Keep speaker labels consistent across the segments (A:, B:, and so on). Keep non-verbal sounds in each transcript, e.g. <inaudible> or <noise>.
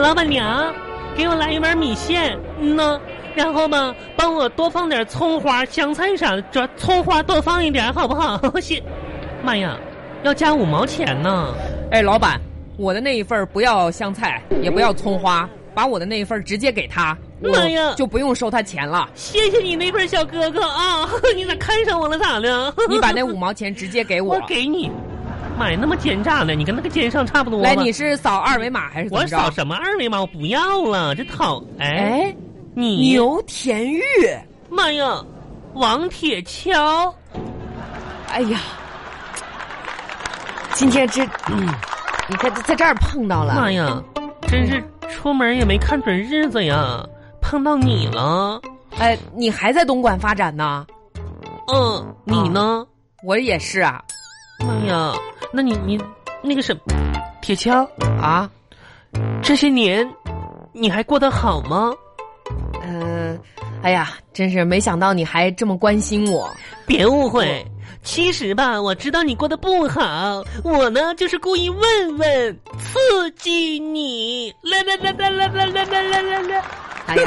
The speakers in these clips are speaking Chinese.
A: 老板娘，给我来一碗米线，嗯呢，然后吧，帮我多放点葱花、香菜啥的，这葱花多放一点，好不好？ <laughs> 谢，妈呀，要加五毛钱呢！
B: 哎，老板，我的那一份儿不要香菜，也不要葱花，把我的那一份儿直接给他，我
A: 妈呀
B: 就不用收他钱了。
A: 谢谢你那份小哥哥啊， <laughs> 你咋看上我了咋的？
B: 你把那五毛钱直接给
A: <laughs>
B: 我。
A: 我给你，妈呀，那么奸诈呢？你跟那个奸商差不多吧
B: 来，你是扫二维码还是怎
A: 我
B: 么
A: 扫
B: 着？
A: 什么二维码？我不要了，这讨哎，
B: 哎，
A: 你
B: 牛田玉，
A: 妈呀，王铁锹，
C: 哎呀，今天这，嗯，你看在这儿碰到了，
A: 妈呀，真是出门也没看准日子呀，碰到你了。
B: 哎，你还在东莞发展呢？
A: 嗯，你呢？
B: 我也是啊，
A: 妈呀，那你你那个什么，铁锹，
B: 啊，
A: 这些年你还过得好吗？
C: 嗯、
B: 哎呀，真是没想到你还这么关心我。
A: 别误会，其实吧，我知道你过得不好，我呢就是故意问问，刺激你。来来来来来来来来来来 <laughs> 来，
B: 哎呀，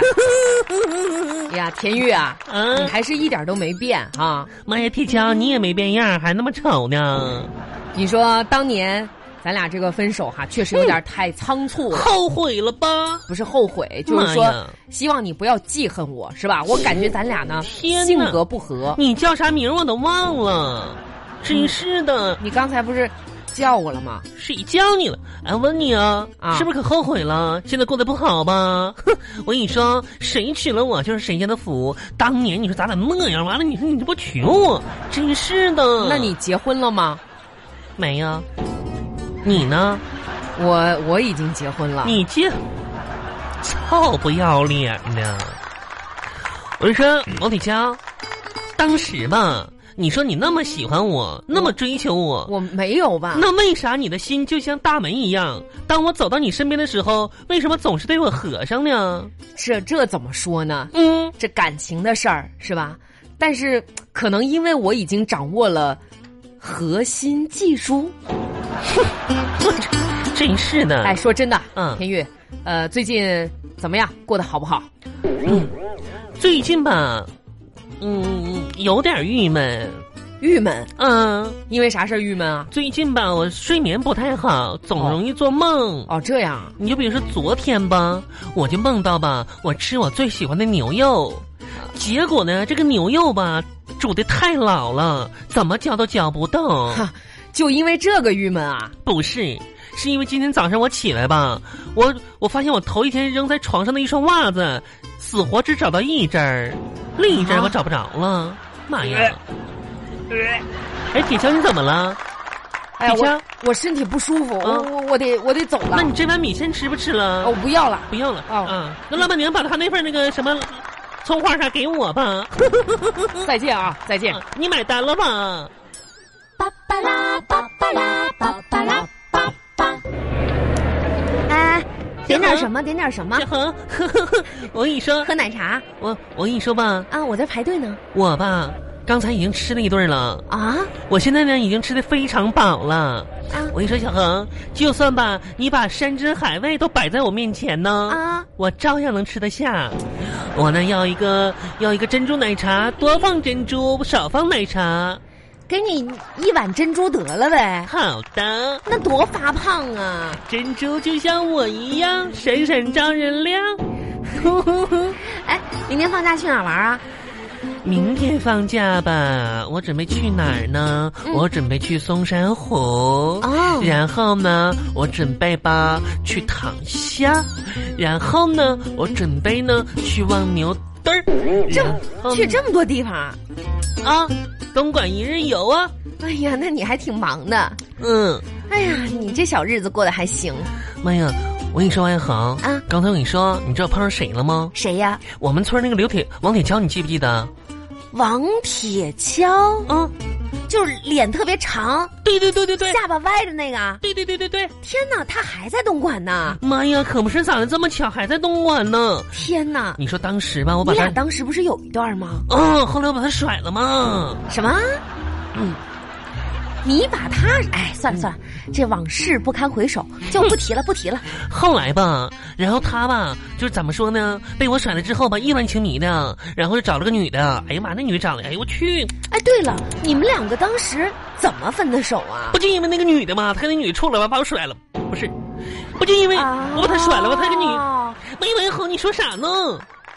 B: 哎呀，田玉啊，你
A: 嗯，
B: 还是一点都没变啊！
A: 妈呀，铁锹你也没变样，还那么丑呢，
B: 你说当年咱俩这个分手哈，确实有点太仓促了，
A: 后悔了吧？
B: 不是后悔，就是
A: 妈
B: 说
A: 呀
B: 希望你不要记恨我，是吧？我感觉咱俩呢
A: 天哪
B: 性格不合。
A: 你叫啥名儿我都忘了，
B: 嗯
A: 真是的，
B: 你刚才不是叫我了吗？
A: 谁叫你了？哎，问你啊，
B: 啊
A: 是不是可后悔了？现在过得不好吧？ <laughs> 哼，我跟你说，谁娶了我就是谁家的福。当年你说咱俩那样，完了你说你这不娶我，真是的。
B: 那你结婚了吗？
A: 没呀？你呢？
B: 我我已经结婚了。
A: 你这臭不要脸的！我就说王铁锹，当时吧，你说你那么喜欢我，那么追求我，
B: 我没有吧？
A: 那为啥你的心就像大门一样？当我走到你身边的时候，为什么总是对我合上呢？
B: 这这怎么说呢？
A: 嗯，
B: 这感情的事儿是吧？但是可能因为我已经掌握了核心技术。
A: 真是的。
B: 哎，说真的，
A: 嗯
B: 田玉，呃，最近怎么样？过得好不好？
A: 最近吧，嗯，有点郁闷。
B: 郁闷，
A: 嗯、
B: 因为啥事儿郁闷啊？
A: 最近吧，我睡眠不太好，总容易做梦。
B: 哦，这样啊，
A: 你就比如说昨天吧，我就梦到吧，我吃我最喜欢的牛肉，
B: 啊
A: 结果呢，这个牛肉吧煮的太老了，怎么嚼都嚼不动。
B: 哈，就因为这个郁闷啊？
A: 不是，是因为今天早上我起来吧，我我发现我头一天扔在床上的一双袜子，死活只找到一只儿，另一只儿
B: 啊
A: 我找不着了。妈呀！哎，铁锹你怎么了？
B: 哎呀，
A: 你先
B: 我我身体不舒服，我
A: 嗯
B: 我我得我得走了
A: 那，你这碗米线吃不吃了？
B: 哦我不要了。
A: 不要了。
B: 哦
A: 啊，那老板娘把她那份那个什么葱花啥给我
B: <laughs>
A: 吧。
B: 再见啊，
A: <laughs>
B: 再见。
A: 你买单了
B: 啊
A: 吧？
D: 巴巴拉巴巴拉巴巴拉巴巴。
C: 哎，点点什么？点点什么
A: 小？恒， <laughs> 我跟你说，
C: 喝奶茶
A: 我我跟你说吧，
C: 啊？我在排队呢。
A: 我吧刚才已经吃了一顿了。
C: 啊
A: 我现在呢已经吃的非常饱了。
C: 啊
A: 我跟你说，小恒，就算吧，你把山珍海味都摆在我面前呢，
C: 啊！
A: 我照样能吃得下。我呢要一个要一个珍珠奶茶，多放珍珠，少放奶茶。
C: 给你一碗珍珠得了呗，
A: 好的，
C: 那多发胖啊！
A: 珍珠就像我一样闪闪照人亮。
C: 哎，明天放假去哪儿玩啊？
A: 明天放假吧，我准备去哪儿呢？我准备去松山湖。
C: 哦
A: 然后呢，我准备吧去躺虾。然后呢，我准备呢去望牛墩儿。
C: 这
A: 然后
C: 去这么多地方啊，
A: 啊，东莞一日游啊。
C: 哎呀，那你还挺忙的。
A: 嗯，
C: 哎呀，你这小日子过得还行
A: 妈呀！我跟你说，王一恒，
C: 啊
A: 刚才我跟你说，你知道碰上谁了吗？
C: 谁呀？
A: 我们村那个刘铁王铁锹，你记不记得？
C: 王铁锹，嗯
A: 啊，
C: 就是脸特别长，
A: 对对对对对，
C: 下巴歪着那个。啊
A: 对对对对对，
C: 天哪，他还在东莞
B: 啊
C: 呢！
A: 妈呀，可不是咋的，这么巧还在东莞呢？
C: 天哪，
A: 你说当时吧，我
C: 你
A: 把他哦
C: 俩当时不是有一段吗？
A: 嗯，后来我把他甩了嘛。
C: 什么？你把他，哎，算了算了，这往事不堪回首，就不提了，不提了。
A: 后来吧，然后他吧，就是怎么说呢？被我甩了之后吧，意乱情迷的，然后就找了个女的。哎呀妈，那女的长得，哎呦我去！
C: 哎，对了，你们两个当时怎么分的手啊
A: 不？就因为那个女的嘛，她跟那女的处了吧，把我甩了，不是？不就因为
C: 啊
A: 我把她甩了吧，她跟女
C: 哦
A: 没完好，你说啥呢？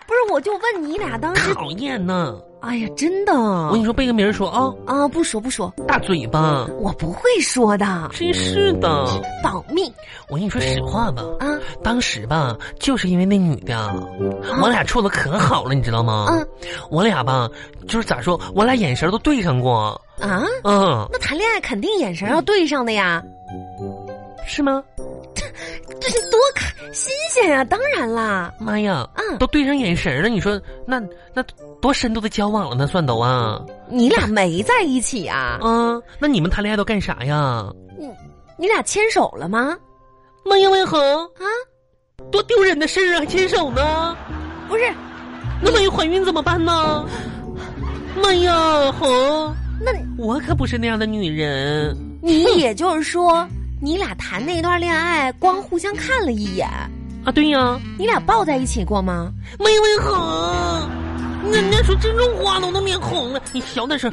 C: 不是，我就问你俩当时，
A: 讨厌呢！
C: 哎呀，真的
A: 我跟你说，被个名儿说啊、
C: 啊，不说不说，
A: 大嘴巴，
C: 我不会说的，
A: 真是的。
C: 保密
A: 我跟你说实话吧，
C: 啊
A: 当时吧，就是因为那女的，啊我俩处的可好了，你知道吗？
C: 嗯
A: 我俩吧，就是咋说，我俩眼神都对上过，
C: 啊！
A: 嗯，
C: 那谈恋爱肯定眼神要对上的呀，
A: 是吗？
C: 这是多开新鲜呀、当然啦，
A: 妈呀，
C: 嗯
A: 都对上眼神了，你说那那多深度的交往了呢？算都啊，
C: 你俩没在一起啊？
A: 嗯，那你们谈恋爱都干啥呀？
C: 你俩牵手了吗？
A: 妈呀，万恒
C: 啊，
A: 多丢人的事儿啊，还牵手呢？
C: 不是，
A: 那万一怀孕怎么办呢？妈呀，恒，
C: 嗯那
A: 我可不是那样的女人。
C: 你
A: <laughs>
C: 也就是说，你俩谈那段恋爱，光互相看了一眼，
A: 啊，对呀，
C: 你俩抱在一起过吗？
A: 没问好。人家说真种话了，我都脸红了。你小点声，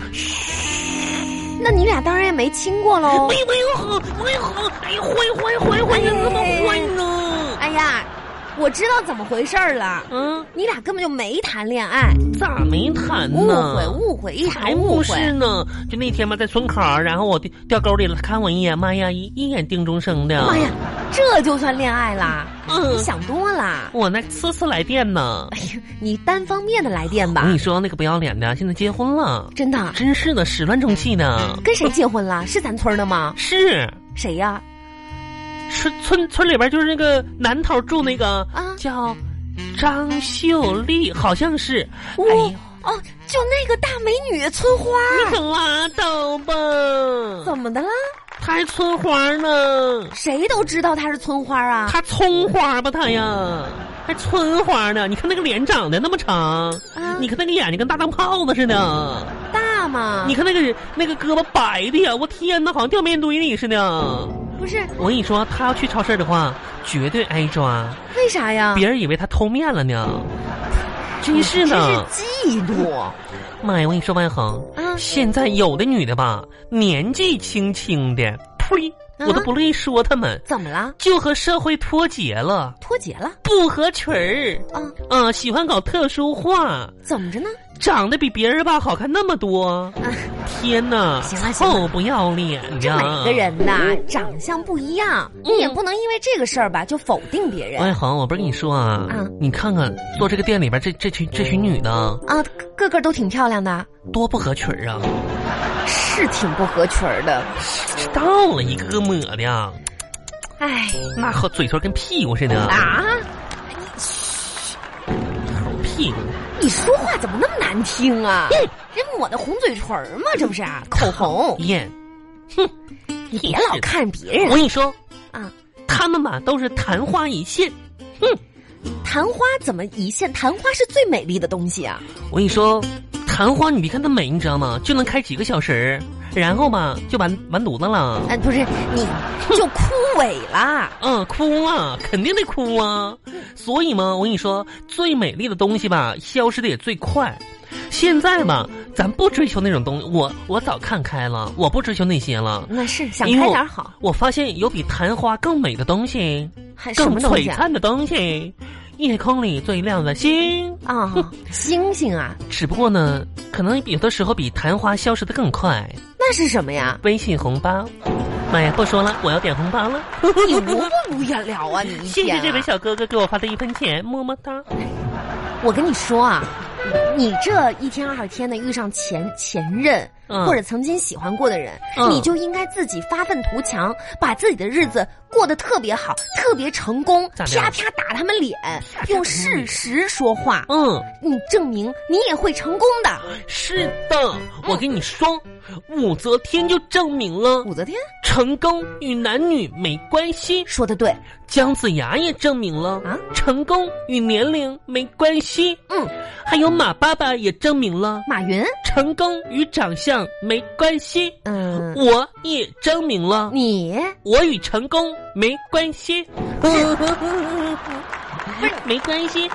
C: 那你俩当然也没亲过喽。
A: 没问好，没好，哎呀，坏坏坏坏，你怎么坏呢？
C: 哎呀，我知道怎么回事儿了，
A: 嗯，
C: 你俩根本就没谈恋爱，
A: 咋没谈
C: 误
A: 呢？
C: 会误会，一场
A: 还
C: 误
A: 不
C: 会。
A: 是呢，就那天嘛，在村口儿，然后我掉掉沟里了，看我一眼，妈呀，一一眼定终生的。
C: 哎妈呀，，这就算恋爱啦？
A: 嗯
C: 你想多了。
A: 我那次次来电呢。
C: 哎呀，你单方面的来电
A: 我
C: 吧
A: 跟，你说，那个不要脸的，现在结婚了，
C: 真的。
A: 真是的，始乱终弃呢。
C: 跟谁结婚了？是咱村儿的吗？
A: 是，
C: 谁呀？
A: 村村村里边就是那个南头住那个
C: 啊
A: 叫张秀丽，好像是。
C: 我
A: 哎呦，你
C: 哦，就那个大美女村花，
A: 可拉倒吧！
C: 怎么的啦？
A: 她还村花呢，
C: 谁都知道她是村花啊。
A: 她葱花吧她呀，还村花呢？你看那个脸长得那么长，
C: 啊
A: 你看那个眼睛跟大灯泡子似的，
C: 大嘛，
A: 你看那个那个胳膊白的呀，我天哪，好像掉面堆里似的。
C: 不是
A: 我跟你说，她要去超市的话，绝对挨抓。
C: 为啥呀？
A: 别人以为他偷面了呢。真是的
C: 这，是嫉妒。
A: 妈呀！我跟你说，万恒，
C: 啊
A: 现在有的女的吧，年纪轻轻的，呸，
C: 啊
A: 我都不乐意说她们，
C: 怎么了？
A: 就和社会脱节了，
C: 脱节了
A: 不合群儿，
C: 啊？
A: 啊，喜欢搞特殊化，
C: 怎么着呢？
A: 长得比别人吧好看那么多，
C: 啊，
A: 天哪，
C: 行了行了
A: 臭不要脸
C: 这
A: 呀！
C: 每个人呐，长相不一样，你也不能因为这个事儿吧就否定别人
A: 万恒，我不是跟你说啊，
C: 啊
A: 你看看做这个店里边这这群这群女的
C: 啊。个个个都挺漂亮的，
A: 多不合群儿啊！
C: 是挺不合群儿的。
A: 知道了，一个个抹的，
C: 哎
A: 那和嘴唇跟屁股似的，
C: 啊，
A: 口屁股，
C: 你说话怎么那么难听啊？
A: 嗯
C: 人抹的红嘴唇儿嘛，这不是啊口红？
A: 厌。嗯
C: 你别老看别
B: 嗯
A: 我
C: 人
A: 跟你说，
C: 啊。
A: 他们吧都是昙花一现。
C: 昙花怎么一现？昙花是最美丽的东西啊！
A: 我跟你说，昙花你别看它美，你知道吗？就能开几个小时，然后吧就完完犊子了，
C: 哎，不是你就枯萎啦。
A: 嗯，哭了，肯定得哭啊。所以嘛，我跟你说，最美丽的东西吧，消失的也最快。现在吧，咱不追求那种东西，我我早看开了，我不追求那些了。
C: 那是想
A: 因为
C: 开
A: 我
C: 点儿好，
A: 我发现有比昙花更美的东西，
C: 还什
A: 更
C: 么东西
A: 璀
C: 啊？
A: 璨的东西，夜空里最亮的星。
C: 啊、星星啊，
A: 只不过呢，可能有的时候比昙花消失的更快。
C: 那是什么呀？
A: 微信红包，妈呀，不说了，我要点红包了。 <laughs>
C: 你无不无聊啊？你一
A: 谢
C: 天、
A: 谢
C: 啊、
A: 这位小哥哥给我发的一分钱，么么哒。
C: 我跟你说啊，你这一天二天的遇上前前任、
A: 嗯
C: 或者曾经喜欢过的人，
A: 嗯
C: 你就应该自己发愤图强，把自己的日子过得特别好，特别成功，
A: 咋的
C: 啪啪打他们脸，
A: 啪打他
C: 用
A: 们
C: 事
A: 脸
C: 实说话，
A: 嗯，
C: 你证明你也会成功的。嗯
A: 是的，我跟你说，武则天就证明了
C: 武则天
A: 成功与男女没关系，
C: 说的对，
A: 姜子牙也证明了
C: 啊
A: 成功与年龄没关系，
C: 嗯，
A: 还有马爸爸也证明了
C: 马云，
A: 成功与长相没关系，
C: 嗯，
A: 我也证明了
C: 你
A: 我与成功没关
C: <laughs>
A: 系，没关系，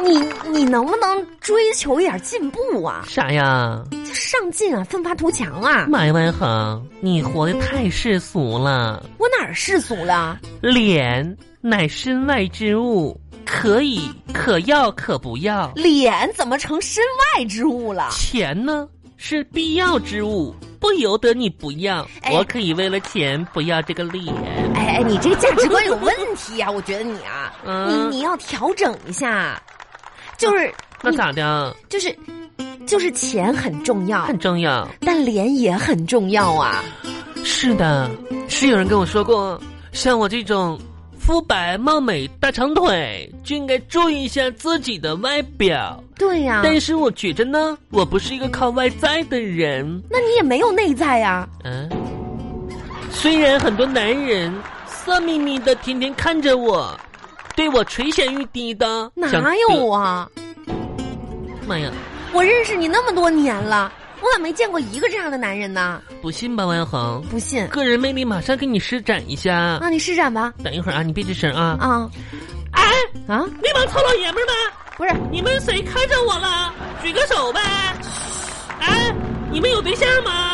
C: 你你能不能追求一点进步啊？
A: 啥呀？
C: 就上进啊，奋发图强啊！
A: 马一万恒，你活得太世俗了。
C: 我哪儿世俗了？
A: 脸乃身外之物，可以可要可不要。
C: 脸怎么成身外之物了？
A: 钱呢是必要之物，不由得你不要。
C: 哎
A: 我可以为了钱不要这个脸。
C: 哎哎，你这价值观有问题啊！我觉得你啊，
A: 嗯
C: 你你要调整一下，就是
A: 那咋的？
C: 就是就是钱很重要，
A: 很重要。
C: 但脸也很重要啊！
A: 是的，是有人跟我说过，像我这种肤白貌美大长腿，就应该注意一下自己的外表。
C: 对呀、
A: 但是我觉着呢，我不是一个靠外在的人。
C: 那你也没有内在呀、
A: 嗯，虽然很多男人色眯眯的天天看着我，对我垂涎欲滴的，想
C: 哪有啊？
A: 得？妈呀，
C: 我认识你那么多年了，我咋没见过一个这样的男人呢？
A: 不信吧，王小恒，
C: 不信
A: 个人魅力马上给你施展一下。
C: 啊，你施展吧！
A: 等一会儿啊，你别吱声啊！
C: 啊
A: 哎，
C: 啊，
A: 那帮臭老爷们儿们！
C: 不是，
A: 你们谁看上我了？举个手呗！哎，你们有对象吗？